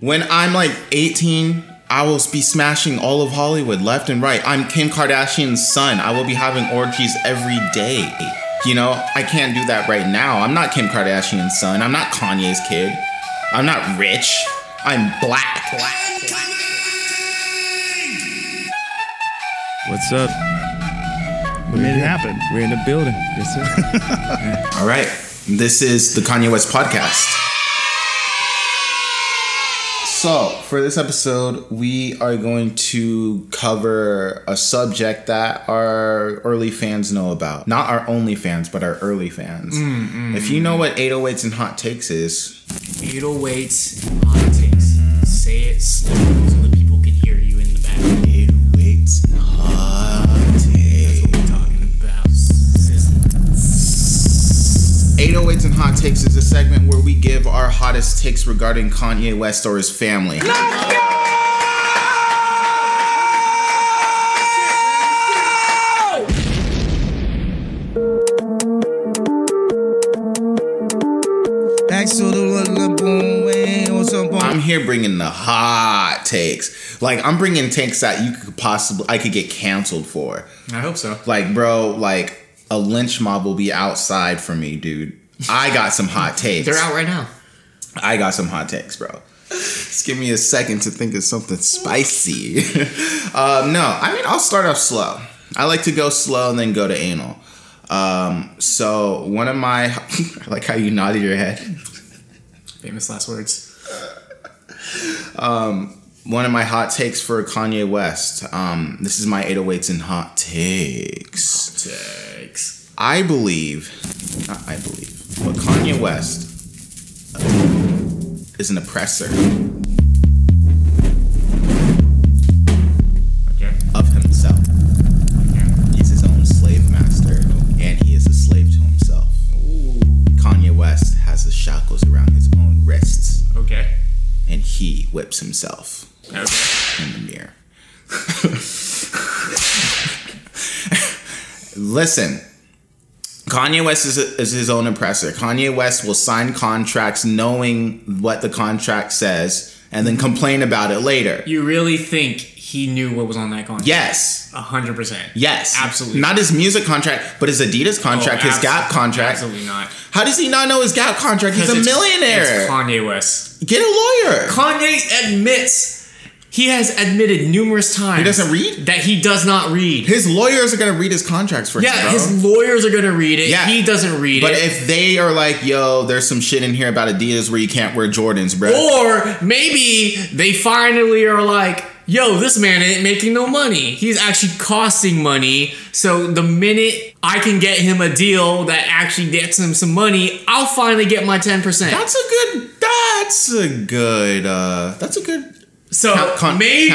When I'm like 18, I will be smashing all of Hollywood left and right. I'm Kim Kardashian's son. I will be having orgies every day. You know, I can't do that right now. I'm not Kim Kardashian's son. I'm not Kanye's kid. I'm not rich. I'm black. black. What's up? We made it happen. We're in the building. Yes, sir. All right. This is the Kanye West podcast. So, for this episode, we are going to cover a subject that our early fans know about. Not our only fans, but our early fans. if you know what 808s and hot takes is, 808s and hot takes. Say it slow so the people can hear you in the back. 808s and hot takes. We're talking about sizzling. 808s and hot takes is a segment where we give our hottest takes regarding Kanye West or his family. Back to the little boom way. What's up, boy? I'm here bringing the hot takes. Like I'm bringing takes that you could possibly I could get canceled for. I hope so. Like bro, like a lynch mob will be outside for me, dude. I got some hot takes. They're out right now. I got some hot takes, bro. Just give me a second to think of something spicy. um, no, I mean I'll start off slow. I like to go slow and then go to anal. Um, so one of my, I like how you nodded your head. Famous last words. one of my hot takes for Kanye West. Um, this is my 808s and hot takes. Takes. I believe, not I believe, but Kanye West is an oppressor Okay. of himself. He's his own slave master, and he is a slave to himself. Kanye West has the shackles around his own wrists, Okay. and he whips himself. Okay. in the mirror. Listen, Kanye West is, is his own oppressor. Kanye West will sign contracts knowing what the contract says and then complain about it later. You really think he knew what was on that contract? Yes. A hundred percent. Yes. Absolutely. Not his music contract, but his Adidas Oh, contract, his abso- Gap contract. Absolutely not. How does he not know his Gap contract? He's a 'Cause it's- millionaire. It's Kanye West. Get a lawyer. Kanye admits he has admitted numerous times he doesn't read? that he does not read. His lawyers are going to read his contracts for him. yeah, bro. his lawyers are gonna read it. Yeah. He doesn't read But it. if they are like, yo, there's some shit in here about Adidas where you can't wear Jordans, bro. Or maybe they finally are like, yo, this man ain't making no money. He's actually costing money. So the minute I can get him a deal that actually gets him some money, I'll finally get my 10%. That's a good. That's a good. uh That's a good. so count- count- maybe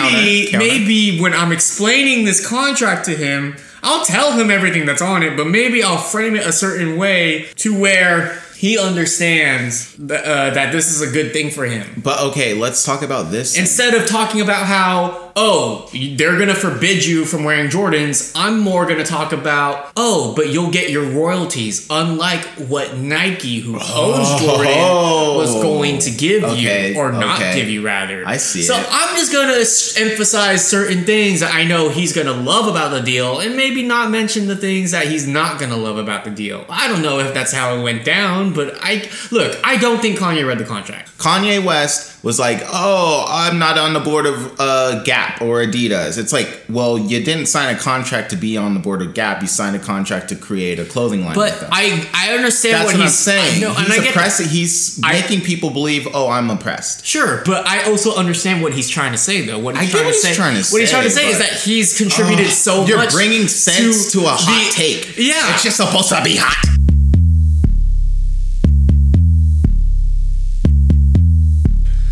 counter- counter. maybe when I'm explaining this contract to him, I'll tell him everything that's on it, but maybe I'll frame it a certain way to where he understands th- uh, that this is a good thing for him. But okay, let's talk about this. instead of talking about how oh they're gonna forbid you from wearing jordans i'm more gonna talk about oh but you'll get your royalties unlike what nike who owns jordan was going to give Oh. Okay, you or not okay. give you rather I see so it. i'm just gonna s- emphasize certain things that i know he's gonna love about the deal and maybe not mention the things that he's not gonna love about the deal i don't know if that's how it went down but i look i don't think kanye read the contract Kanye West was like, "Oh, I'm not on the board of uh, Gap or Adidas." It's like, well, you didn't sign a contract to be on the board of Gap. You signed a contract to create a clothing line. with But them. I I understand that's what, what, I'm he's saying. I know, and I he's get oppressed. He's I- making people believe, "Oh, I'm oppressed." sure, but I also understand what he's trying to say though. What he's I get trying what to he's say, trying to what he's trying to say, say is but- Oh, that he's contributed so You're much. bringing sense to, a hot the- take. Yeah. It's just supposed to be hot.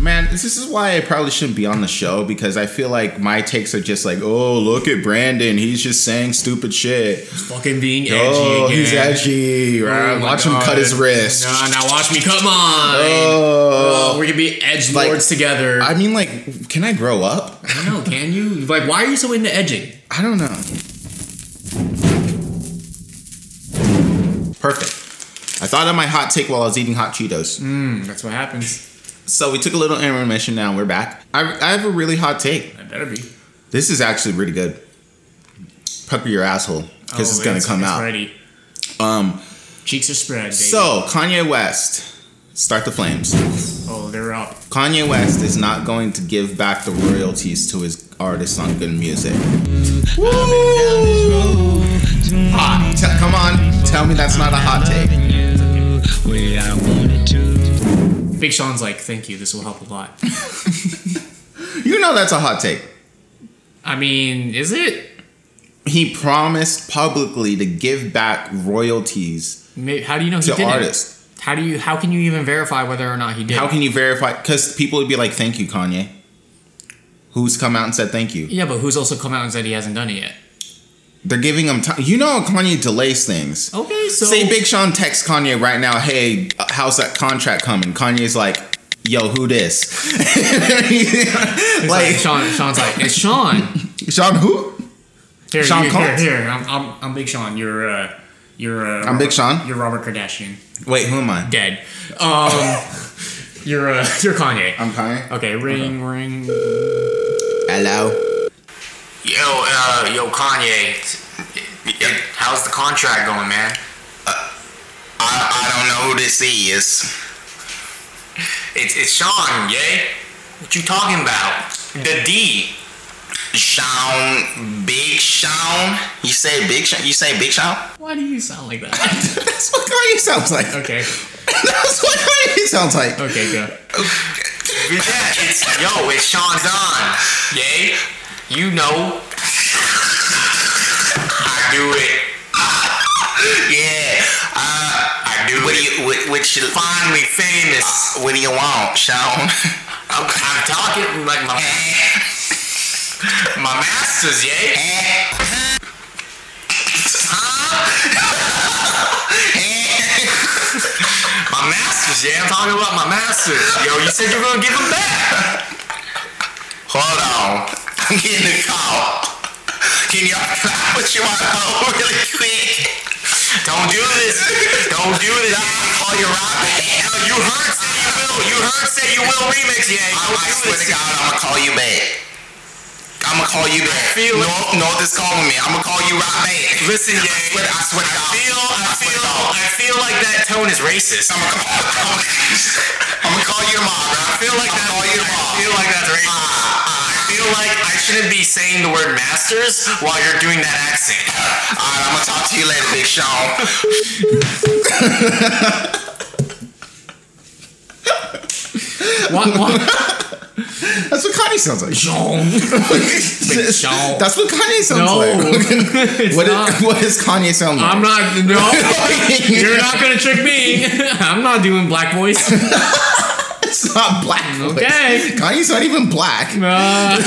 Man, this is why I probably shouldn't be on the show because I feel like my takes are just like, oh, look at Brandon. He's just saying stupid shit. fucking being edgy oh, again. he's edgy. right? Oh my Watch him God. cut his wrist. Nah, now watch me come on. Oh. Oh, we can be edge Like, lords together. I I, mean, like, can I grow up? don't know. Can you? Like, why are you so into edging? I don't know. Perfect. I thought of my hot take while I was eating hot Cheetos. Mm. Hmm, That's what happens. So we took a little intermission. Now we're back. I, I have a really hot take. I better be. This is actually really good. Pucker your asshole because it's Oh, gonna come it's out. Ready. Um. Cheeks are spread. baby. So Kanye West, start the flames. oh, they're up. Kanye West is not going to give back the royalties to his artists on Good Music. Hot. Te- come on, tell me that's not a hot take. Big Sean's like, thank you. This will help a lot. You know that's a hot take. I mean, is it? He promised publicly to give back royalties May- How do you know he to did artists. it? How do you? How can you even verify whether or not he did? How can you verify? Because people would be like, "Thank you, Kanye." Who's come out and said thank you? Yeah, but who's also come out and said he hasn't done it yet? They're giving him time. You know, Kanye delays things. Okay, so Say Big Sean texts Kanye right now, "Hey, uh, how's that contract coming?" Kanye's like, "Yo, who this?" It's like, like Sean. Sean's like, it's Sean. Sean, who? Here, Sean here, here, Combs. here. I'm, I'm, I'm Big Sean. You're, uh, you're. Uh, I'm Big Sean? You're Robert Kardashian. Wait, who am I? Dead. Um, you're, uh, you're Kanye. I'm Kanye. okay, ring, ring. Hello. Yo, uh, yo, Kanye. How's the contract going, man? Uh, I, I don't know who this is. It's, it's Sean, yay? What you talking about? The D. Sean, Big Sean. You say Big Sean? You say Big Sean? Why do you sound like that? That's what Kanye sounds like. Okay, That's what Kanye sounds like. okay, go. Yeah, it's, yo, it's Sean Don. Yay? You know. I do it. yeah. Uh, I do what do you, what, what you finally famous. What do you want, Sean? I'm, I'm talking like my my masters, yeah. my masters, yeah. I'm talking about my masters. Yo, you said you were gonna give them back. Hold on, I'm getting a call. Can y'all stop what you all really think? Don't do this. Don't do this. I'll call you Rob. Hell, you heard say you will. You heard say you will remix, yeah. I was listening. Scott, I'ma call you back. I'ma call you back. feel it. North, North is calling me. I'ma call you right back. Listen, I swear, I swear to God. I feel, I feel like that tone is racist. I'm gonna call, I'm, I'm gonna call you tomorrow. I feel like that. Call you tomorrow. I feel Uh-huh, like that's racist. I feel like I shouldn't be saying the word masters while you're doing that accent. All right, I'm gonna talk to you later, Big Sean. What? what? That's what Kanye sounds like. Sean. Sean. That's what Kanye sounds No, like. it's What, not. is, what does Kanye sound like? I'm not. No, you're not gonna trick me. I'm not doing black voice. It's not black. voice. Okay. Kanye's not even black. Uh,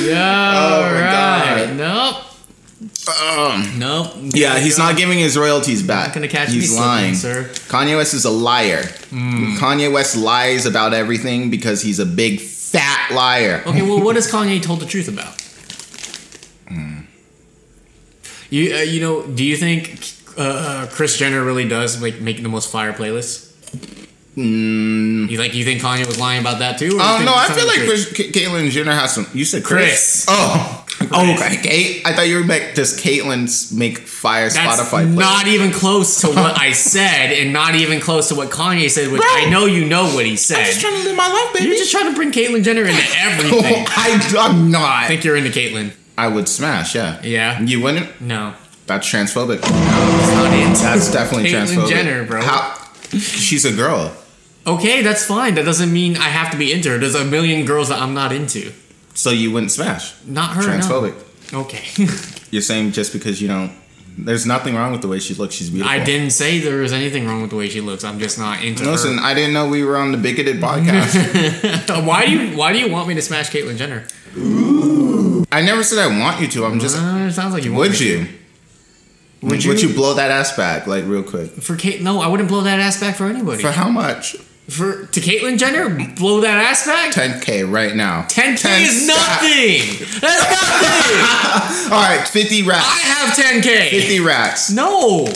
yeah. Oh my right. Nope. Um, Nope. yeah, he's not giving his royalties back. Not gonna catch me he's slipping, lying. sir. Hmm. Kanye West is a liar. Kanye West lies about everything because he's a big fat liar. Okay. Well, what has Kanye told the truth about? Hmm. You uh, you know? Do you think uh, Chris Jenner really does like make the most fire playlists? You like? You think Kanye was lying about that too? or you Oh Hmm. think no, he's I telling feel the like truth? Chris, K- Caitlyn Jenner has some. You said Chris. Chris. Oh, oh, okay. Kate, I thought you were like does Caitlyn's make fire That's Spotify? playlist? not even close to what I said, and not even close to what Kanye said. Which I know you know what he said. I'm just trying to live my life, baby. You're just trying to bring Caitlyn Jenner into everything. I, I'm not. I think you're into Caitlyn. I would smash. Yeah. Yeah. You wouldn't. No. That's transphobic. It's not into. That's definitely Caitlyn transphobic. Jenner, bro. How- she's a girl. Okay, that's fine. That doesn't mean I have to be into her. There's a million girls that I'm not into. So you wouldn't smash. Not her. Transphobic. No. Okay. You're saying just because you don't. There's nothing wrong with the way she looks. She's beautiful. I didn't say there was anything wrong with the way she looks. I'm just not into Listen, I didn't know we were on the bigoted podcast. her. Why do you Why do you want me to smash Caitlyn Jenner? I never said I want you to. I'm just. Uh, it sounds like you want Would me. you? Would you? Would you blow that ass back like real quick? for Kate? No, I wouldn't blow that ass back for anybody. For how much? For to Caitlyn Jenner, blow that ass back. 10k right now. 10k is nothing. That's nothing. All right, 50 I racks. have 10k. 50 racks. No.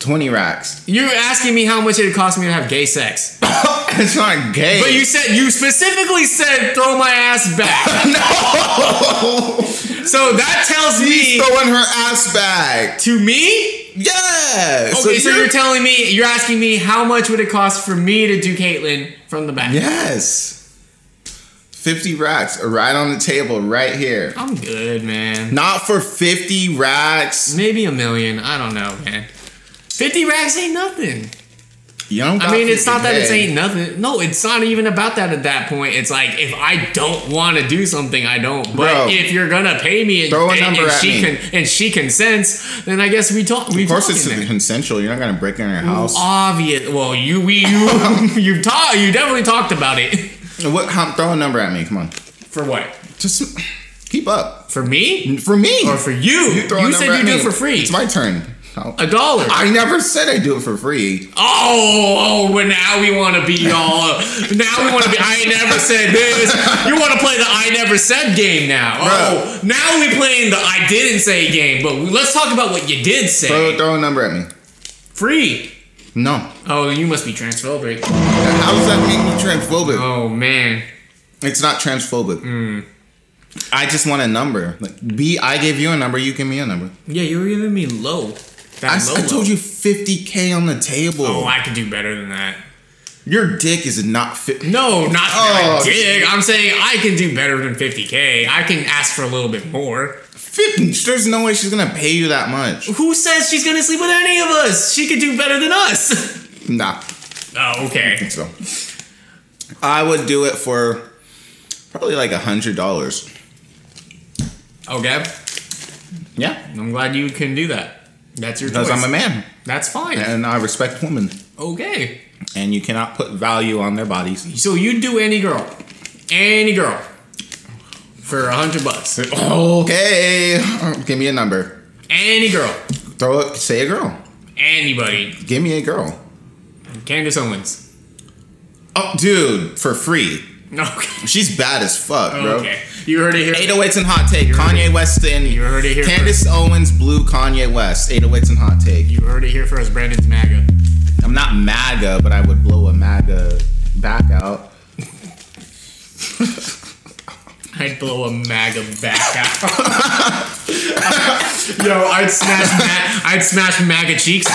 20 racks. You're asking me how much it cost me to have gay sex. it's not gay. But you said you specifically said throw my ass back. no! so that tells She's me throwing her ass back. to me. Yeah. Okay, so, you're telling me you're asking me how much would it cost for me to do Caitlyn from the back? yes. 50 racks right on the table right here. I'm good, man. Not for 50 racks. Maybe a million. I don't know, man. Fifty racks ain't nothing. You don't I got mean, it's 50 not that it's K. ain't nothing. No, it's not even about that at that point. It's like if I don't want to do something, I don't. But Bro. if you're gonna pay me and, Throw a and- number and at she me. can and she consents, then I guess we talk. We Of course, it's there. consensual. You're not gonna break in her house. obvious. Well, you we you you talk. You definitely talked about it. What? How, throw a number at me. Come on. For what? Just keep up. For me For me. or for you? You, throw a number said at you do me. it for free. It's my turn. No. A dollar. I never said I do it for free. Oh, oh, well, now we want to be y'all. Now we want to be. I never said this. You want to play the I never said game now. Oh, now we playing the I didn't say game. But let's talk about what you did Throw, say. throw a number at me. Free. No. Oh, you must be transphobic. How does that make me transphobic? Oh man. It's not transphobic. Mm. I just want a number. Like B, I gave you a number. You give me a number. Yeah, you were giving me low. That I, s- low I told low. you 50k on the table. Oh, I could do better than that. Your dick is not fit. No, not that Oh. I dig. I'm saying I can do better than 50k. I can ask for a little bit more. Fit. There's no way she's gonna pay you that much. Who says she's gonna sleep with any of us? She could do better than us. Nah. Oh, okay. So I would do it for probably like a hundred dollars. Okay. Yeah, Oh, I'm glad you can do that. That's your choice. because I'm a man That's fine. and I respect women, Okay. and you cannot put value on their bodies. So you do any girl, any girl, for a hundred bucks. Okay, give me a number. Any girl, Throw it. Say a girl. anybody. Give me a girl. Candace Owens. Oh, dude, for free. Okay. She's bad as fuck, bro. Okay. You heard it here. 808s and hot take. Kanye West and You heard it here Candace Owens, blue Kanye West. 808s and hot take. You heard it here first. Brandon's MAGA. I'm not MAGA, but I would blow a MAGA back out. I'd blow a MAGA back out. Yo, I'd smash, ma- I'd smash MAGA cheeks.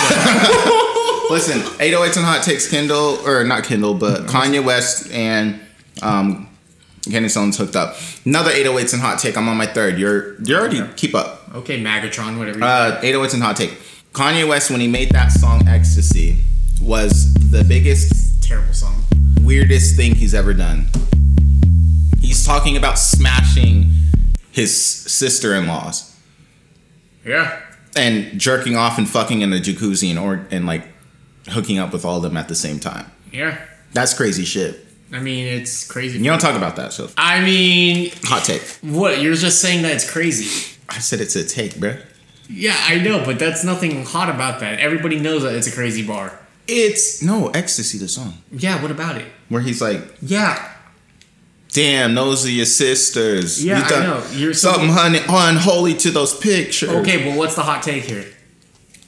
Listen, 808s and Hot Takes Kendall, or not Kendall, but Kanye West and um, Candace Owens hooked up. Another 808s and Hot Take. I'm on my third. You're you already keep up. Okay, MAGAtron, whatever. You Uh, 808s and Hot Take. Kanye West, when he made that song Ecstasy, was the biggest, terrible song. weirdest thing he's ever done. He's talking about smashing his sister-in-laws Yeah. and jerking off and fucking in a jacuzzi and or and like hooking up with all of them at the same time. Yeah. That's crazy shit. I mean, it's crazy. You don't talk about that, so I mean, hot take. what? You're just saying that it's crazy. I said it's a take, bruh. Yeah, I know, but that's nothing hot about that. Everybody knows that it's a crazy bar. It's no ecstasy, the song Yeah, what about it? where he's like, Yeah. "Damn, those are your sisters. Yeah, you I done know. You're- something honey, unholy to those pictures." Okay, well, what's the hot take here?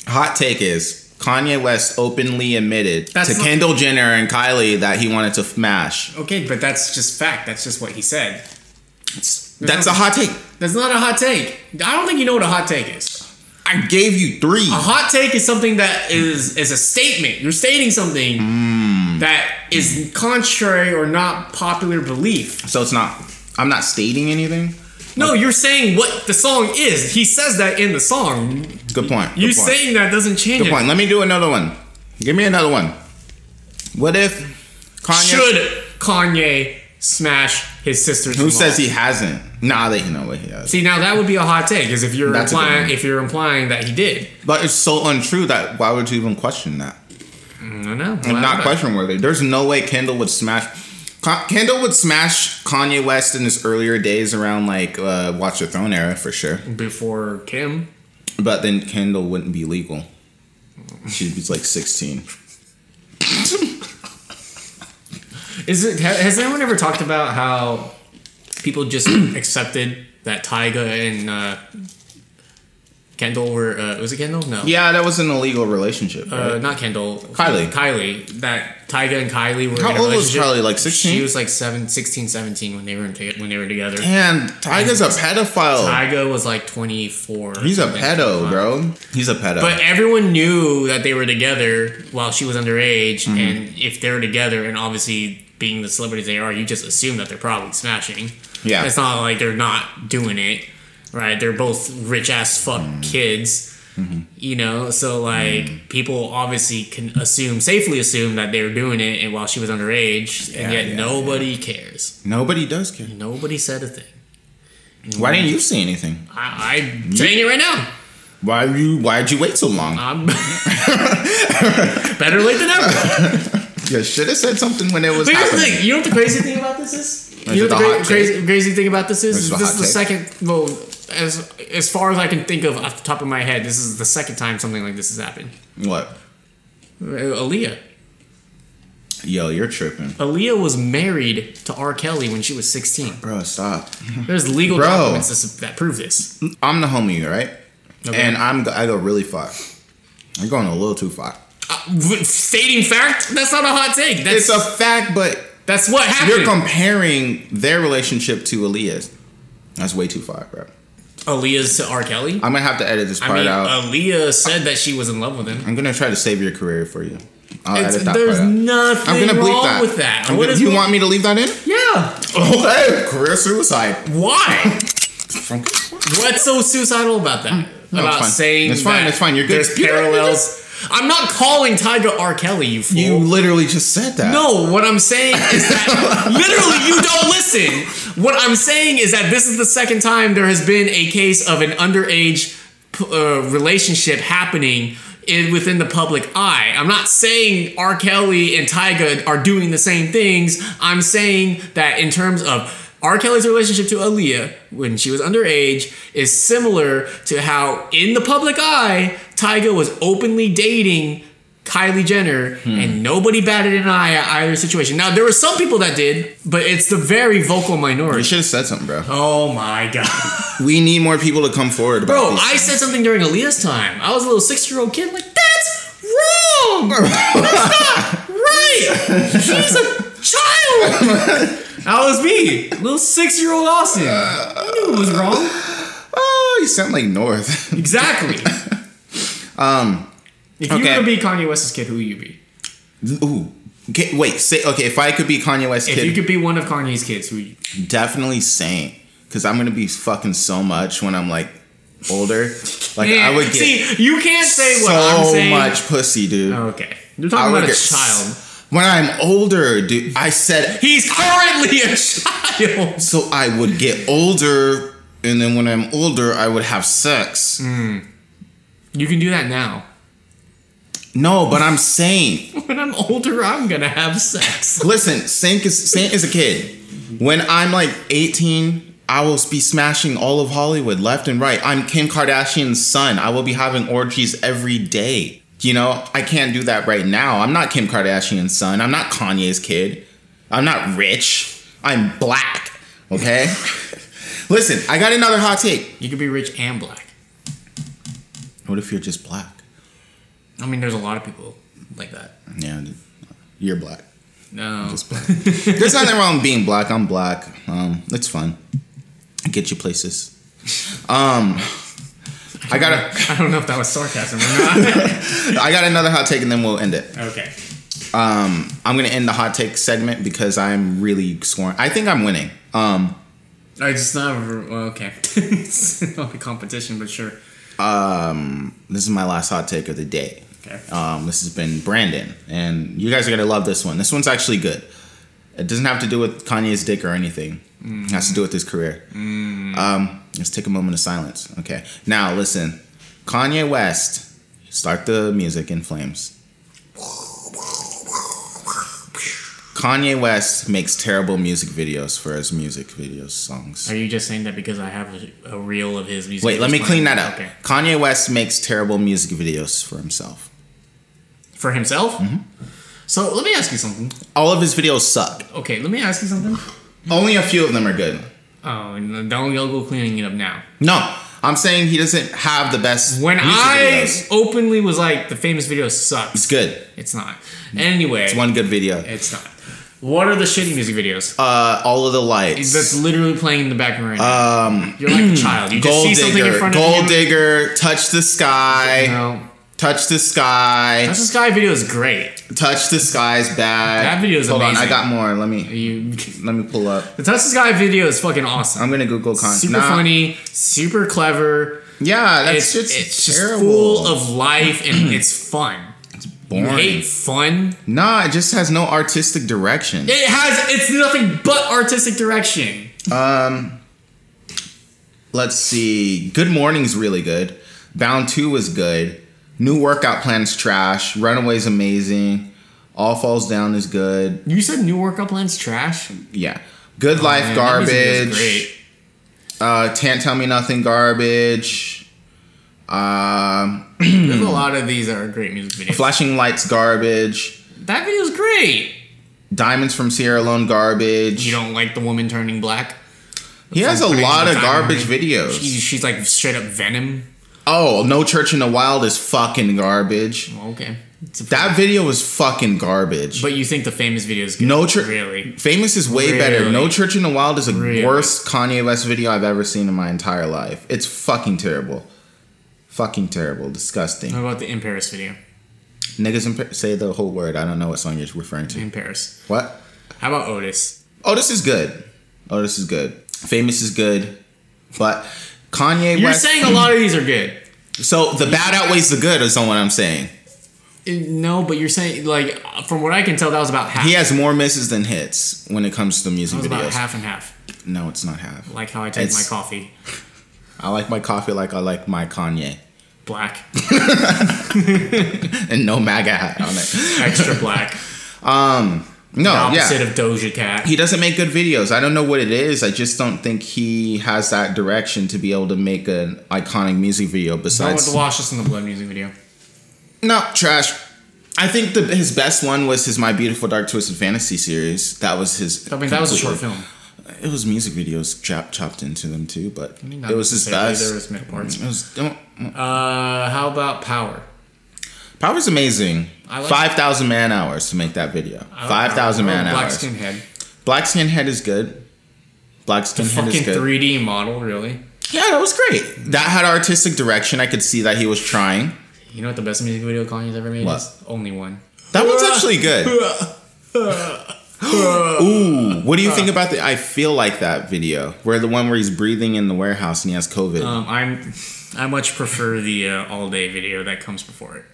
Hot take is Kanye West openly admitted That's to not- Kendall Jenner and Kylie that he wanted to smash. Okay, but that's just fact. That's just what he said. That's a hot take. That's not a hot take. I don't think you know what a hot take is. I gave you three. A hot take is something that is is a statement. You're stating something that is contrary or not popular belief. So it's not. I'm not stating anything. No, you're saying what the song is. He says that in the song. Good point. good You point. saying that doesn't change Good it. point. Let me do another one. Give me another one. What if Kanye? Should Kanye smash his sisters? Who says he hasn't? Nah, they know what he has. See, now that would be a hot take, because if you're That's a good implying one. if you're implying that he did. But it's so untrue that why would you even question that? No, no, Mm, I'm not question worthy. There's no way Kendall would smash. Con- Kendall would smash Kanye West in his earlier days around like uh, Watch the Throne era for sure. before Kim. But then Kendall wouldn't be legal. She'd be like 16. Is it? ha- Has anyone ever talked about how people just accepted that Tyga and uh, Kendall were uh, was it Kendall? No. Yeah, that was an illegal relationship. Right? Uh, not Kendall. Kylie. Kylie. That Tyga and Kylie were How in a old was relationship. Kylie, like 16? She was like seven, 16, 17 when they were in t- when they were together. and Tyga's a pedophile. Tyga was like 24. Oh. He's a something. pedo, bro. He's a pedo. But everyone knew that they were together while she was underage, Mm-hmm. and if they were together, and obviously being the celebrities they are, you just assume that they're probably smashing. Yeah. it's not like they're not doing it, right? They're both rich ass fuck Mm-hmm. kids, you know. So like people obviously can assume safely assume that they were doing it, and while she was underage, and Yeah, yet yeah, nobody cares. Nobody does care. Nobody said a thing. Why didn't you say anything? I, I'm saying it right now. Why you? Why'd you wait so long? I'm better late than never. You should have said something when it was But here's the happening. thing. You know what the crazy thing about this is? it You know the what the hot cra- crazy, crazy thing about this is? Is it is the this hot is the take? second. Well, as as far as I can think of off the top of my head, this is the second time something like this has happened. What? Uh, Aaliyah. Yo, you're tripping, Aaliyah was married to R. Kelly when she was 16. bro. Stop. There's legal Bro. documents that, that prove this. I'm the homie, right? Okay. And I'm I go really far. I'm going a little too far. Uh, v- stating fact, that's not a hot take. It's That's a fact, but that's what happened. you're comparing their relationship to Aaliyah's. That's way too far, bro. Aaliyah's to R. Kelly. I'm gonna have to edit this I part mean, uh, out. Aaliyah said that she was in love with him. I'm gonna try to save your career for you. I'll It's- edit that there's part out. nothing I'm gonna bleep wrong that. with that. I'm What gonna- is you wrong- Oh, want me to leave that in? Yeah. Okay, career suicide. Why? From- What's so suicidal about that? Mm, No, it's about fine. saying It's fine, that it's fine, you're good. There's You don't need parallels. I'm not calling Tyga R. Kelly. You fool. You literally just said that. no, what I'm saying is that literally you don't listen. What I'm saying is that this is the second time there has been a case of an underage p- uh, relationship happening in, within the public eye. I'm not saying R. Kelly and Tyga are doing the same things. I'm saying that in terms of R. Kelly's relationship to Aaliyah when she was underage is similar to how, in the public eye, Tyga was openly dating Kylie Jenner Hmm. and nobody batted an eye at either situation. Now, there were some people that did, but it's the very vocal You minority. should have said something, bro. Oh my god. We need more people to come forward about Bro, these I said something during Aaliyah's time. I was a little six year old kid, like, that's wrong! That's not right! She's a child! That was me, little six year old Austin. I knew it was wrong. Oh, you sound like North. Exactly. um, If you were Okay. gonna be Kanye West's kid, who would you be? ooh. Get, wait, say okay. If I could be Kanye West If kid, you could be one of Kanye's kids, who would you? definitely Saint, because I'm gonna be fucking so much when I'm like older. Like I Man, would get See, you can't say so what I'm saying. much pussy, dude. Okay. You're I talking would about a get- child. When I'm older, dude, I said He's currently a child. so I would get older, and then when I'm older, I would have sex. Mm. You can do that now. No, but I'm saying When I'm older, I'm gonna have sex. Listen, Saint is Saint is a kid. When I'm like 18, I will be smashing all of Hollywood left and right. I'm Kim Kardashian's son. I will be having orgies every day. You know, I can't do that right now. I'm not Kim Kardashian's son. I'm not Kanye's kid. I'm not rich. I'm black. Okay? Listen, I got another hot take. You could be rich and black. What if you're just black? I mean, there's a lot of people like that. Yeah, dude. you're black. No. Just black. There's nothing wrong with being black. I'm black. Um, it's fun. I get you places. Um, I got a, I don't know if that was sarcasm or I got another hot take, and then we'll end it. not. okay. Um, I'm gonna end the hot take segment because I'm really scoring. I think I'm winning. Um, I just not well, okay. it's not a competition, but sure. this is my last hot take of the day. Okay. Um, this has been Brandon, and you guys are gonna love this one. This one's actually good. It doesn't have to do with Kanye's dick or anything. It has to do with his career. Um, let's take a moment of silence. Okay. Now listen, Kanye West. Start the music in flames. Kanye West makes terrible music videos for his music videos songs. Are you just saying that because I have a, a reel of his music? Wait, let me videos clean playing? that up. Okay. Kanye West makes terrible music videos for himself. For himself. Mm-hmm. So let me ask you something. All of his videos suck. Okay, let me ask you something. Only a few of them are good. Oh, and don't y'all go cleaning it up now. No, I'm saying he doesn't have the best. When music I videos. openly was like, the famous video it's sucks. good. It's not. Anyway, It's one good video. it's not. What are the shitty music videos? Uh, all of the lights. That's literally playing in the background right now. Um, You're like a child. You just Gold see something digger. in front Gold of you. digger. Touch the sky. No. Touch the sky. That's the sky video is great. Touch the sky's bad. That video is Hold on, I amazing. got more. Let me You, let me pull up. the Touch the Sky video is fucking awesome. I'm gonna Google con. super Nah. funny, super clever. Yeah, that It's shit's it's just terrible. full of life and it's fun. You hate fun. Nah, it just has no artistic direction. It has it's nothing but artistic direction. Um, let's see. Good Morning's really good. Bound Two was good. New Workout Plan's trash. Runaway's amazing. All Falls Down is good. You said new workout plan's trash. Yeah. Good Life Oh, Man, that music video's garbage. Uh, Can't Tell Me Nothing garbage. Um, Great. There's a lot of these that are great music videos. Flashing Lights garbage. That video's great. Diamonds from Sierra Leone garbage. You don't like the woman turning black. he has a Putting lot the of diamond garbage ring. videos. She- she's like straight up venom. Oh, No Church in the Wild is fucking garbage. Okay. It's a- That video was fucking garbage. but you think the famous video is good? no church. really. Famous is way better. Really? No Church in the Wild is the Really? worst Kanye West video I've ever seen in my entire life. It's fucking terrible. Fucking terrible. Disgusting. What about the in Paris video? Niggas in Par- say the whole word. I don't know what song you're referring to. In Paris. What? How about Otis? Oh, this is good. Oh, this is good. Famous is good. But Kanye You're West. saying a lot of these are good. so the bad outweighs the good, is not what I'm saying. Uh, No, but you're saying like from what I can tell, that was about half. He has more misses than hits when it comes to music that was about videos. half and half. No, it's not half. Like how I take It's- my coffee, I like my coffee like I like my Kanye. black, And no MAGA hat on it. Um, extra black, No, the opposite Oh, yeah. of Doja Cat. he doesn't make good videos. I don't know what it is. I just don't think he has that direction to be able to make an iconic music video I want besides. to wash this in the blood music video. No, trash. I think the, his best one was his My Beautiful Dark Twisted Fantasy series. That was his. I mean, that was a short completely- film. It was music videos chop, chopped into them too, but I mean, not it was his necessarily, best. There was middle parts. It was, don't, Uh, how about Power? Power's amazing. I like- 5,000 man hours to make that video. I like 5,000 Power. I man like Black hours. skin head. Black Skin Head is good. Black Skin Head Fucking is good. 3D model, really. Yeah, that was great. That had artistic direction. I could see that he was trying. You know what the best music video Kanye's ever made What? is? Only one. That one's actually good. Ooh, what do you think about the I Feel Like That video? Where the one where he's breathing in the warehouse and he has COVID. Um, I'm. I much prefer the uh, all day video that comes before it.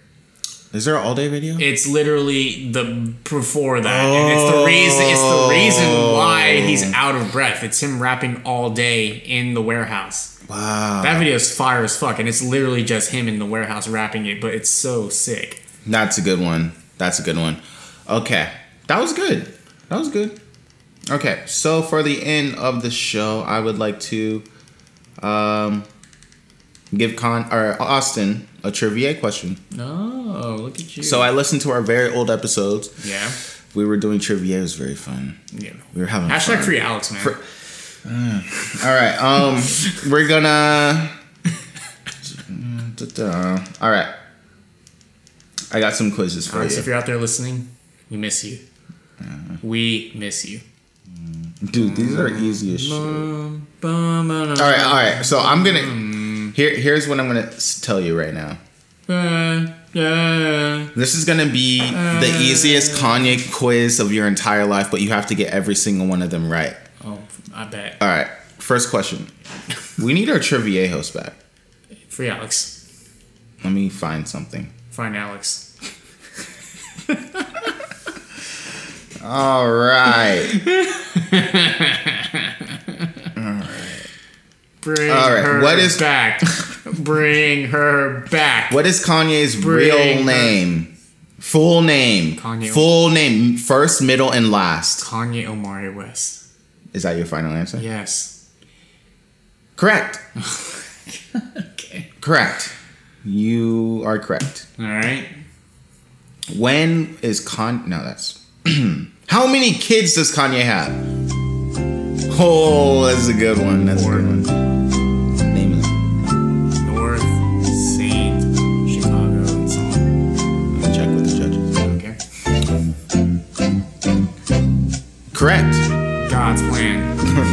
is there an all day video? It's literally the before that, and it's the reason. It's the reason why he's Oh. out of breath. It's him rapping all day in the warehouse. wow. That video is fire as fuck, and it's literally just him in the warehouse rapping it. But it's so sick. That's a good one. That's a good one. Okay. That was good. That was good. Okay. So for the end of the show, I would like to um give Con or Austin a trivia question. Oh, look at you. So I listened to our very old episodes. yeah, We were doing trivia. It was very fun. yeah. We were having fun. Hashtag free Alex, man. All right. Um, we're gonna. All right. I got some quizzes for Alex, you. if you're out there listening, we miss you. Uh-huh. We miss you. Dude, these are easy as shit. All Oh, All right, all right. So I'm Hmm. gonna here. Here's what I'm gonna s- tell you right now. This is gonna be the Hmm. easiest Kanye quiz of your entire life, but you have to get every single one of them right. Oh, I bet. All right. First question. We need our trivia host back. Free Alex. Let me find something. Find Alex. All right. Bring All right, her what is- back. Bring her back. What is Kanye's Bring real her- name? Full name. Kanye. Full name. First, middle, and last. Kanye Omari West. Is that your final answer? Yes. Correct. Okay. Correct. You are correct. All right. When is Kanye? No, that's. How many kids does Kanye have? Oh, that's a good one. That's a good one. Name it. Correct. God's plan.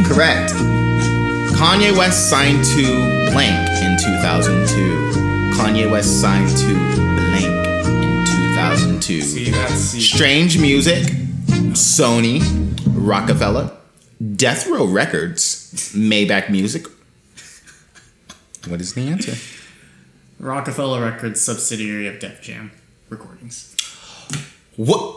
Correct. Kanye West signed to blank in 2002. Kanye West signed to blank in 2002. See, that's see, Strange Music, Sony, Rockefeller, Death Row Records, Maybach Music. What is the answer? Rockefeller Records subsidiary of Def Jam Recordings. What?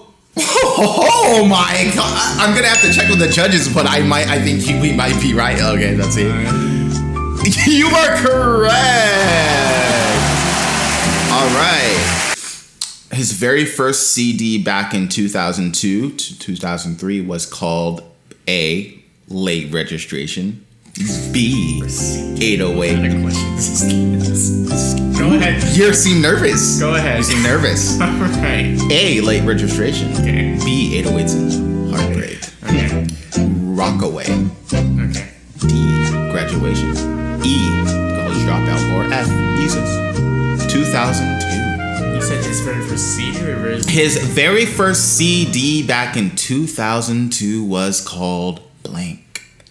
Oh my god! I'm gonna have to check with the judges, but I might. I think he, we might be right. Okay, let's see. You are correct. All right. His very first CD back in 2002 to 2003 was called A. Late Registration. B. 808. Go ahead. You seem nervous. Go ahead. You seem nervous. All right. A. Late Registration. Okay. B. 808s and Heartbreak. Okay. Rockaway. Okay. D. Graduation. E. College Dropout. Or F. Jesus. 2002. You said his very first CD or his His very first CD back in 2002 was called Blank.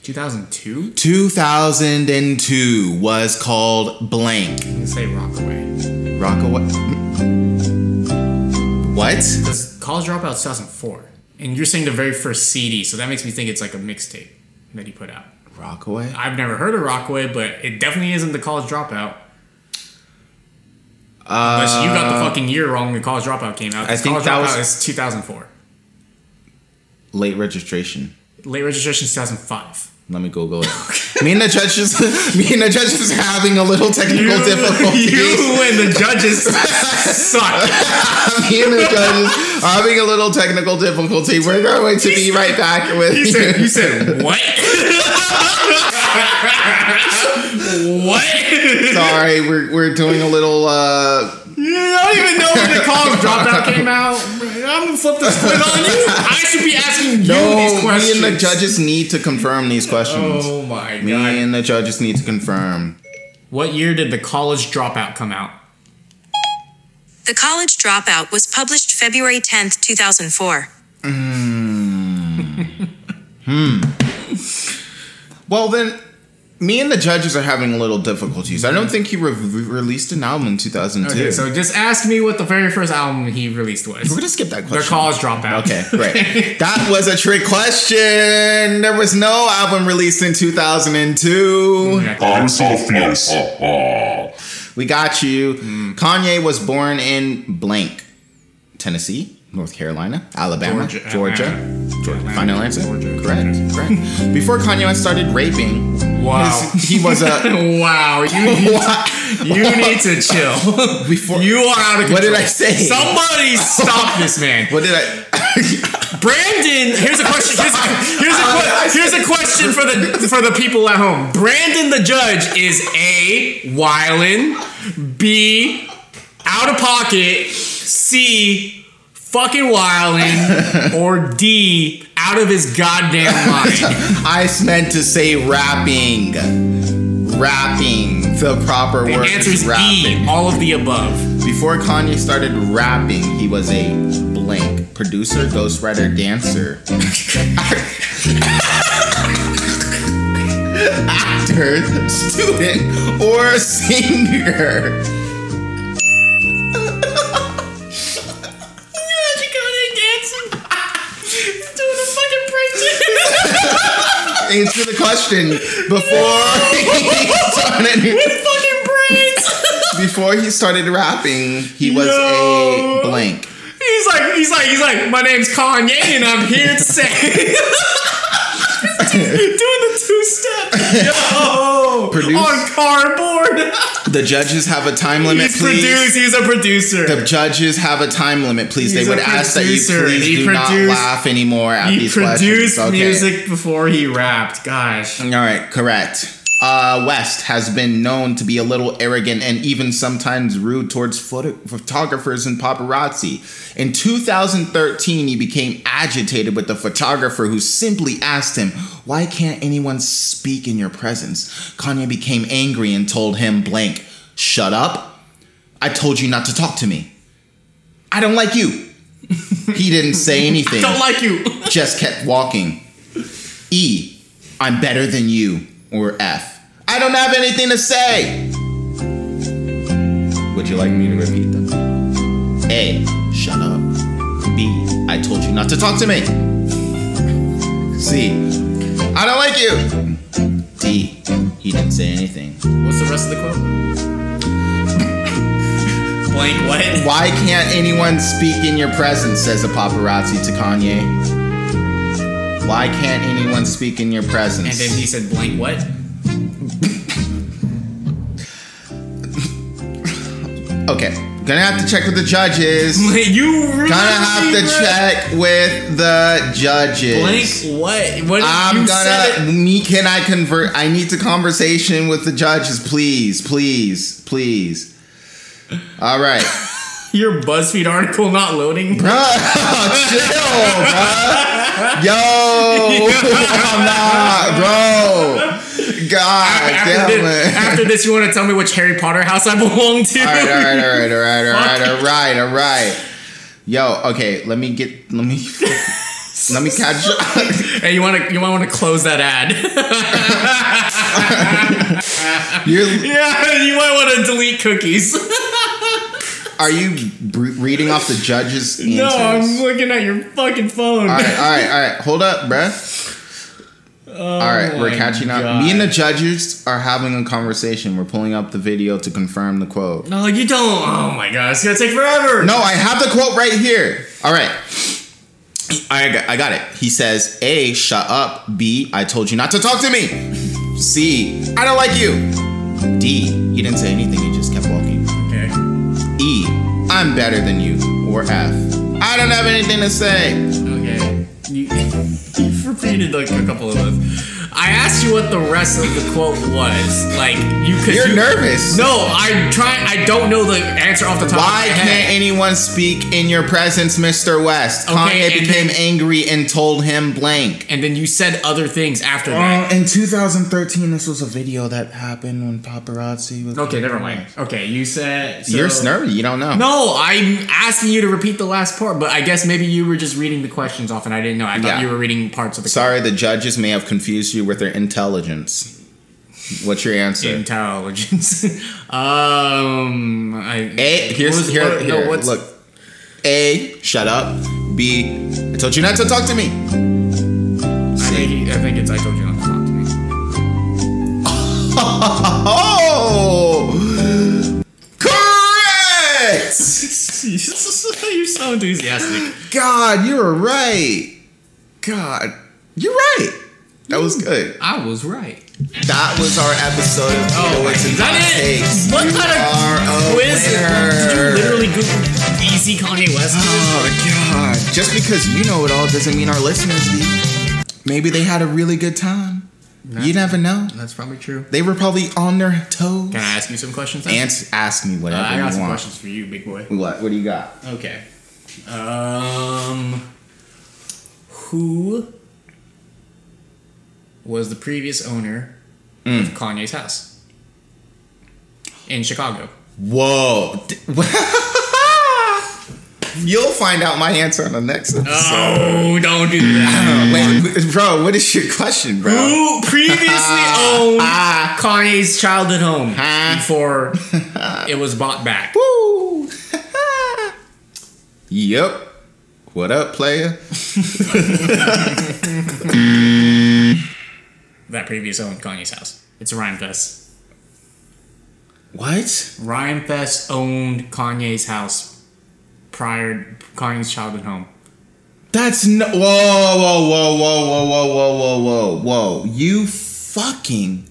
2002? 2002 was called Blank. You say Rockaway. Rockaway. What? Because College Dropout is 2004. And you're saying the very first CD, so that makes me think it's like a mixtape that he put out. Rockaway? I've never heard of Rockaway, but it definitely isn't the College Dropout. Unless you got the fucking year wrong when College Dropout came out. Uh, I think College that Dropout was- is 2004. Late registration. Late registration is 2005. Let me Google it. me and the judges, me and the judges having a little technical difficulties. and the judges suck. me and the judges are having a little technical difficulty. We're going to be right back with He said, he said, what? what? Sorry, we're, we're doing a little. Uh, I don't even know when the college dropout came out. I'm gonna flip the squid on you. I should be asking you these no, me questions. and the judges need to confirm these questions. Oh my me god. and the judges need to confirm. What year did the college dropout come out? The College Dropout was published February 10, 2004. Well then, me and the judges are having a little difficulties. I don't think he re- released an album in 2002. Mm-hmm. Okay, so just ask me what the very first album he released we're was. gonna skip that The question. college dropout. Okay, great. that was a trick question. There was no album released in 2002. Okay. We got you. Hmm. Kanye was born in blank, Tennessee, North Carolina, Alabama, Georgia. Georgia. Georgia. Atlanta. Atlanta. Final answer? Georgia. Correct. Correct. Before Kanye West started raping, Wow. his- he was a. Wow. You, you need to chill. Before, You are out of control. What did I say? Somebody stop this man. What did I. Brandon, here's a question. Here's a, here's a, que- here's a question for the for the people at home. Brandon, the judge, is a wildin, b out of pocket, c fucking wildin, or d out of his goddamn mind. I meant to say rapping. Rapping. The proper The word answer is is rapping. e. All of the above. Before Kanye started rapping, he was a blank producer, ghostwriter, dancer, actor, student, or singer. Answer the question before he started Fucking brains. before he started rapping. He was Yo. a blank. He's like, he's like, he's like, my name's Kanye, and I'm here to say. Doing the two step, yo, Produce. on cardboard. The judges have a time limit, he's please. produced. He's a producer. The judges have a time limit, please. He's they would a ask that you producer. please He do produced- not laugh anymore at he these produced questions. Okay. music before he rapped. Gosh, All right, correct. Uh, West has been known to be a little arrogant and even sometimes rude towards photo- photographers and paparazzi. In 2013, he became agitated with the photographer who simply asked him, Why can't anyone speak in your presence? Kanye became angry and told him, blank, Shut up. I told you not to talk to me. I don't like you. He didn't say anything don't like you. just kept walking. E, I'm better than you, or F, I don't have anything to say. Would you like me to repeat them? A, shut up. B, I told you not to talk to me. C, I don't like you. D, he didn't say anything. What's the rest of the quote? Blank what? Why can't anyone speak in your presence? says a paparazzi to Kanye. Why can't anyone speak in your presence? And then he said blank what? okay, gonna have to check with the judges. you really Gonna have to read check with the judges. Blank what? What I'm you said? gonna. it- Me, can I convert? I need to conversation with the judges, please, please, please. All right, Your BuzzFeed article not loading. bro. Chill, bro. Yo, I'm not, bro. God damn after, this, it. after this, you want to tell me which Harry Potter house I belong to? All right, all right, all right, all right, all right, all right, all right. Yo, okay, let me get, let me, let me catch up. Hey, you want to you might want to close that ad. You're, yeah, you might want to delete cookies. Are you br- reading off the judge's answers? no, I'm looking at your fucking phone. all right, all right, all right. Hold up, bruh. all right, we're Oh my catching up. God. Me and the judges are having a conversation. We're pulling up the video to confirm the quote. No, you don't. Oh my god, it's gonna take forever. No, I have the quote right here. All right. I got, I got it. He says, A, shut up. B, I told you not to talk to me. C, I don't like you. D, he didn't say anything. He just kept walking. Okay. E, I'm better than you. Or F, I don't have anything to say. Okay. You, you've repeated like a couple of those. I asked you what the rest of the quote was. Like you, cause You're you- nervous. No, I'm trying. I don't know the answer off the top. Why of my can't head. anyone speak in your presence, Mr. West? Okay, Kanye and became then- angry and told him blank. And then you said other things Oh, after that. Uh, in 2013, this was a video that happened when paparazzi was. Okay, never mind. Okay, you said so- You're snurry. You don't know. No, I'm asking you to repeat the last part, but I guess maybe you were just reading the questions off, and I didn't know. I thought Yeah. you were reading parts of the Sorry, the judges may have confused you with their intelligence. What's your answer? intelligence. um, I, A. Eh, Here's what was- here. what- no, here what's- look. A. Shut up. B. I told you not to talk to me. I think, I think it's I told you not to talk to me. Oh. Correct. You're so enthusiastic. God, you were right. God, you're right. That was good. I was right. That was our episode of Oh, Poets and is that Hot it? Takes. What You kind of are a quiz? is- Did you winner. literally Google easy Kanye West? Oh God! Just because you know it all doesn't mean our listeners do. Maybe they had a really good time. You never know. That's probably true. They were probably on their toes. Can I ask you some questions? then? Ans- ask me Uh, whatever I got you some want. questions for you, big boy. What? What do you got? Okay. Um, who was the previous owner of Kanye's house in Chicago? Whoa! D- You'll find out my answer on the next episode. Oh, don't do that. Wait, bro, what is your question, bro? Who previously owned Kanye's childhood home Ah. before it was bought back? Woo! yep. What up, player? That previous owned Kanye's house. It's Rhymefest. What? Rhymefest owned Kanye's house prior Kanye's childhood home. That's no. Whoa, whoa, whoa, whoa, whoa, whoa, whoa, whoa, whoa, whoa. You fucking.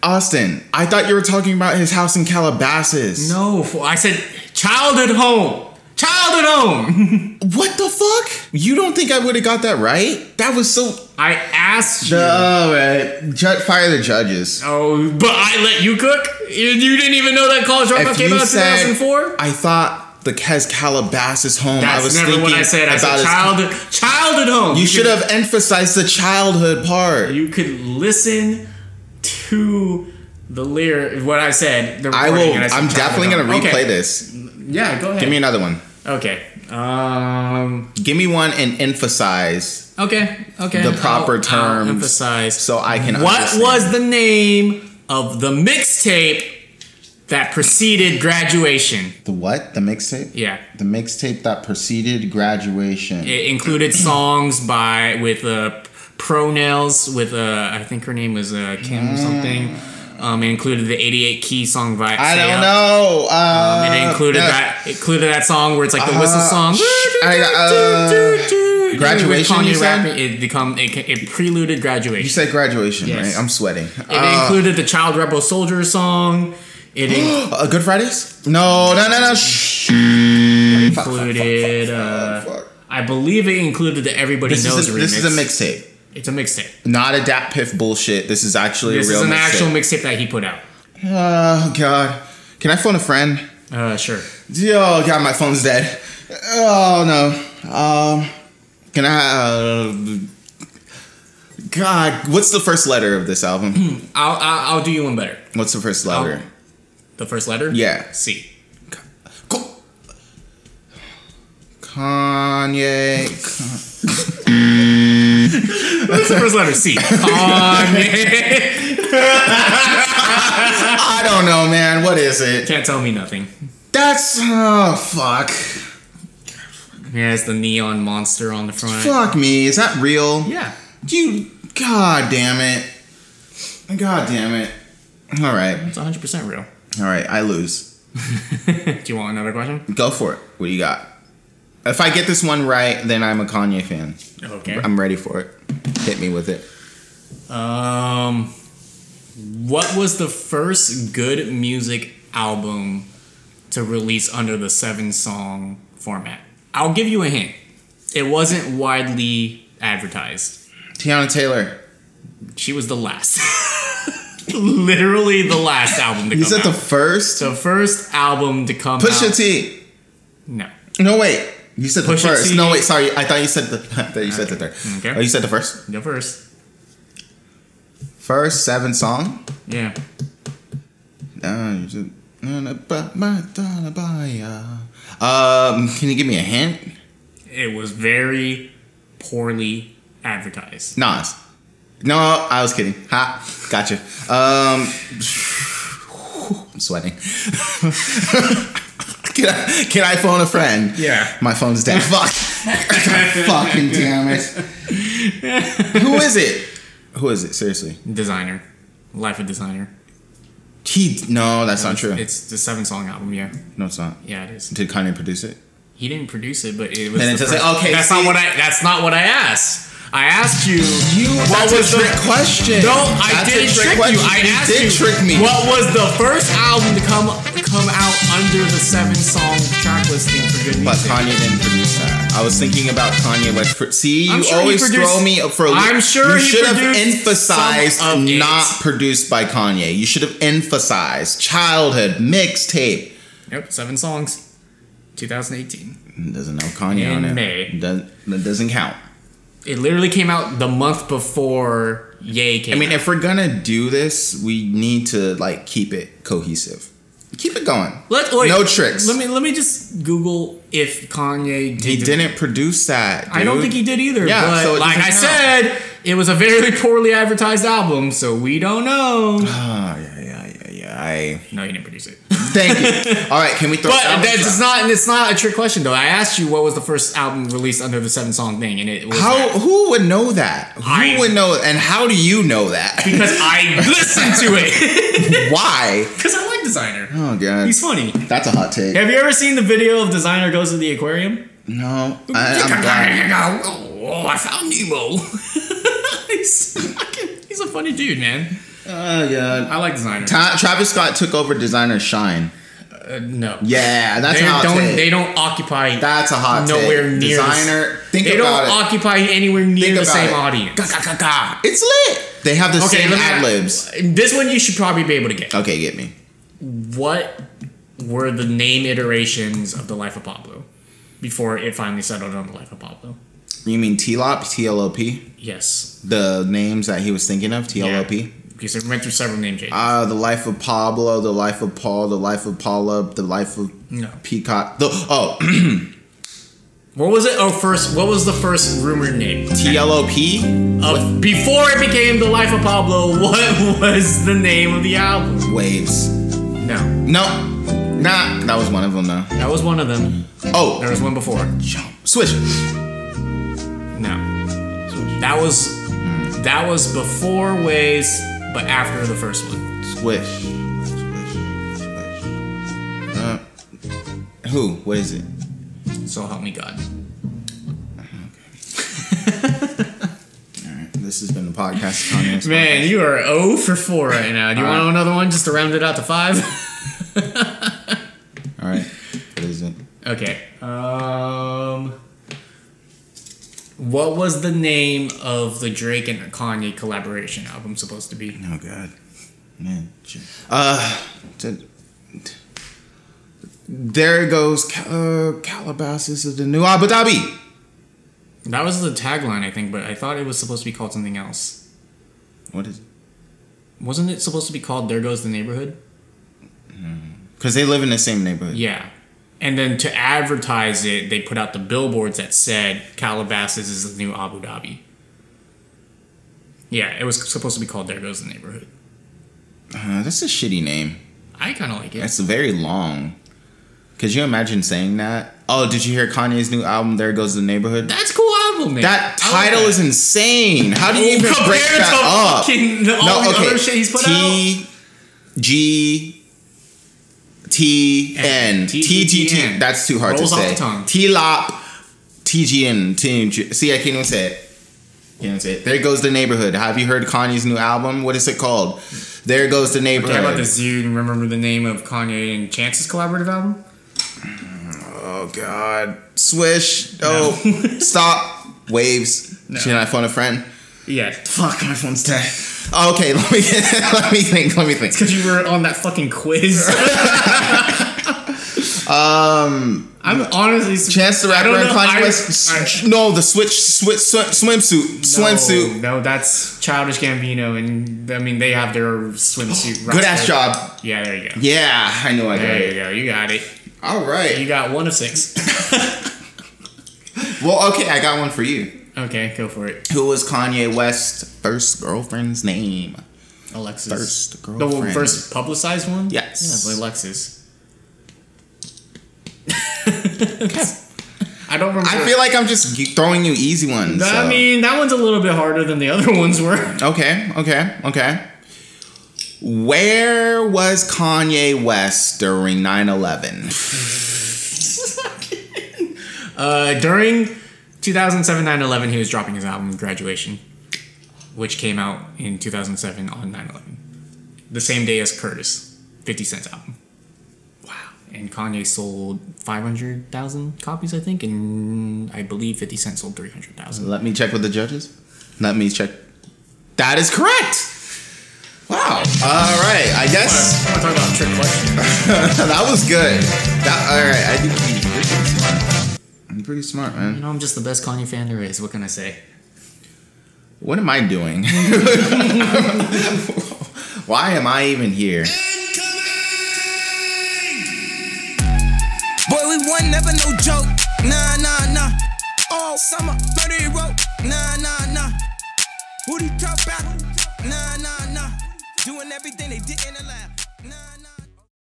Austin, I thought you were talking about his house in Calabasas. No, for, I said childhood home. Childhood home. What the fuck? You don't think I would have got that right? That was so. I asked you. All oh, right. Ju- fire the judges. oh, but I let you cook. You, you didn't even know that college dropout If came you out in said- 2004. I thought the Kes Calabasas home. I was That's never thinking what I said. I about said his- childhood, childhood home. You should could- have emphasized the childhood part. You could listen to the lyric. What I said. The I recording, will. and said I'm childhood definitely gonna home. replay Okay. this. Yeah, go ahead. Give me another one. okay. Um. Give me one and emphasize Okay. Okay. the proper Oh, I'll- I'll terms. emphasize. so I can. what understand. was the name of the mixtape that preceded graduation? the what the mixtape? Yeah. the mixtape that preceded graduation. It included songs by with uh, pronails with uh, I think her name was uh, Kim something. Um, it included the 88 key song by. I Say don't Up. know. Uh, And it included uh, that it included that song where it's like the whistle Uh, song. I got, uh, With Graduation, Kanye you said? rapping, it become it, it preluded You graduation. said graduation, Yes. right? I'm sweating. Uh, It included the Child Rebel Soldier song. It in- Uh, Good Fridays? No, no, no, no. Shh. included, uh, Fuck. I believe it included the Everybody This is, Knows a, remix. this is a mixtape, It's a mixtape. not a Dat Piff bullshit. This is actually This a real is an mixtape. actual mixtape that he put out. Oh god. Can I phone a friend? Uh, sure. Yo, god, my phone's dead. Oh no. Um, can I? Uh, god, what's the first letter of this album? I'll, I'll I'll do you one better. what's the first letter? The first letter. Yeah. C. Co- Kanye. What's the first letter? C. Kanye. I don't know, man. What is it? Can't tell me nothing. That's oh fuck. Yeah, it's the neon monster on the front. Fuck me. Is that real? Yeah. You. God damn it. God damn it. All right. It's 100% real. All right. I lose. Do you want another question? Go for it. What do you got? If I get this one right, then I'm a Kanye fan. Okay. I'm ready for it. Hit me with it. Um, what was the first good music album to release under the seven song format? I'll give you a hint. It wasn't widely advertised. Tiana Taylor. She was the last. Literally the last album to You come said the out. first? the first album to come Pusha out. T. No. No wait. You said the Pusha first. T. No wait. Sorry. I thought you said the. I thought you said the third. Okay. Oh, you said the first. The first. First seven song. Yeah. Uh, you said- Um, can you give me a hint? It was very poorly advertised. Nas. No, I was kidding. Ha, gotcha. Um, I'm sweating. can, I, can I phone a friend? Yeah. My phone's dead. Fuck. Fucking damn it. Who is it? Who is it? Seriously. Designer. Life of Designer. He. No, that's not true. It's the seven song album, yeah. no, it's not. Yeah, it is. Did Kanye produce it? He didn't produce it, but it was. And the it doesn't- first- okay, That's see- not what I. That's not what I asked. I asked you. You. What That's was a the trick question. No, I That's a didn't trick trick, you. question. I You asked did you. trick me. What was the first album to come come out under the seven song track listing for good music? But Kanye didn't produce that. I was thinking about Kanye West. Pro- See, you I'm sure he always produced- throw me up for a loop. I'm sure you he should have produced emphasized some of it. not produced by Kanye. You should have emphasized childhood mixtape. Yep, seven songs. 2018. Doesn't know Kanye In on it. May. Doesn't, that doesn't count. It literally came out the month before Ye came. I mean, out. if we're gonna do this, we need to like keep it cohesive. Keep it going. Let, wait, no tricks. Let me let me just Google if Kanye did he the- didn't produce that. I don't dude. think he did either. Yeah, but so it like I doesn't said, it was a very poorly advertised album, so we don't know. Ah, yeah, yeah, yeah, yeah. I no, he didn't produce it. thank you. All right, can we throw? But salvage that's out? it's not it's not a trick question though. I asked you what was the first album released under the seven song thing, and it was How? that. Who would know that? Who I- would know? And how do you know that? because I listened to it why? because I like designer. Oh god, He's funny. that's a hot take. Have you ever seen the video of designer goes to the aquarium? No, I, I'm done. Oh, I found Nemo. he's, fucking- he's a funny dude, man. Oh god. I like designer. Ta- Travis Scott took over designer shine. Uh, no. Yeah, that's they a hot don't take. they don't occupy that's a hot nowhere take. near designer. Think they about don't it. occupy anywhere Think near the about same it. audience. it's lit. They have the same let me- ad libs. This one you should probably be able to get. Okay, get me. What were the name iterations of the Life of Pablo before it finally settled on the Life of Pablo? You mean TLOP? TLOP? Yes. The names that he was thinking of? TLOP? Yeah. Because it went through several name changes. Uh, the life of Pablo, the life of Paul, the life of Paula, the life of No. Peacock. The, oh, What was it? Oh, first, what was the first rumored name? TLOP? Of, before it became The Life of Pablo, what was the name of the album? Waves. No, No. Nah, that was one of them though. that was one of them. There Oh, was one before. Switch. No, that was that was before Ways, but after the first one. Swish. Swish. Swish. Uh, who? What is it? So help me God. This has been the podcast. on this Man, you are 0 for 4 right now. Do you want another one just to round it out to 5? podcast. All right. What is it? okay. Um What was the name of the Drake and Kanye collaboration album supposed to be? Oh God, man. shit. Uh, t- t- there goes Cal- uh, Calabasas is the new Abu Dhabi. That was the tagline, I think, but I thought it was supposed to be called something else. What is? it? Wasn't it supposed to be called There Goes the Neighborhood? Cause they live in the same neighborhood. Yeah. And then to advertise it, they put out the billboards that said Calabasas is the new Abu Dhabi. Yeah, it was supposed to be called There Goes the Neighborhood. Uh, that's a shitty name. I kind of like it. That's very long. Could you imagine saying that? Oh, did you hear Kanye's new album? There goes the neighborhood. That's a cool album, man. That I like title that. is insane. How do you even Compared break to that up? fucking the- all the other shit he's put T G T N T- T T T. TTN. That's too hard to Rolls off say. the tongue. T lop T G N T. See, I can't even say it. Can't even say it. There goes the neighborhood. Have you heard Kanye's new album? What is it called? There goes the neighborhood. Talk about this dude and remember the name of Kanye and Chance's collaborative album? Oh God! Swish! Oh, stop! Waves. Should I phone a friend? Yeah. Fuck, my phone's dead. Oh, Okay, let me let me think. Let me think. Because you were on that fucking quiz. um, I'm honestly Chance the I Rapper don't and know. I- Kanye West. I- Sh- no, the switch, switch, sw- swimsuit, swimsuit. No, no, that's Childish Gambino, and I mean they have their swimsuit. Good ass roster. job. Yeah, there you go. Yeah, I know I got There you it. go. You got it. All You right. got one of six. Well, okay, I got one for you. okay, go for it. Who was Kanye West's first girlfriend's name? Alexis. First The girlfriend. one- first publicized one? Yes. Yeah, Alexis. I don't remember. I feel like I'm just throwing you easy ones. I so. mean, that one's a little bit harder than the other ones were. Okay, okay, okay. Where was Kanye West during 9 11? Uh, during 2007 9 11, he was dropping his album Graduation, which came out in 2007 on 9 11. The same day as Curtis, 50 Cent's album. Wow. And Kanye sold 500,000 copies, I think, and I believe 50 Cent sold 300,000. Let me check with the judges. Let me check. That is correct. Wow. All right. I guess I'm talking about trick question. that was good. That, all right. I think you're pretty smart. I'm pretty smart, You man. know, I'm just the best Kanye fan there is. What can I say? What am I doing? Why am I even here? Boy, we won, never no joke. Nah, nah, nah. All summer, murder rope. Nah, nah, nah. Who do you talk about? Nah, nah, nah. Doing everything they did in the lab.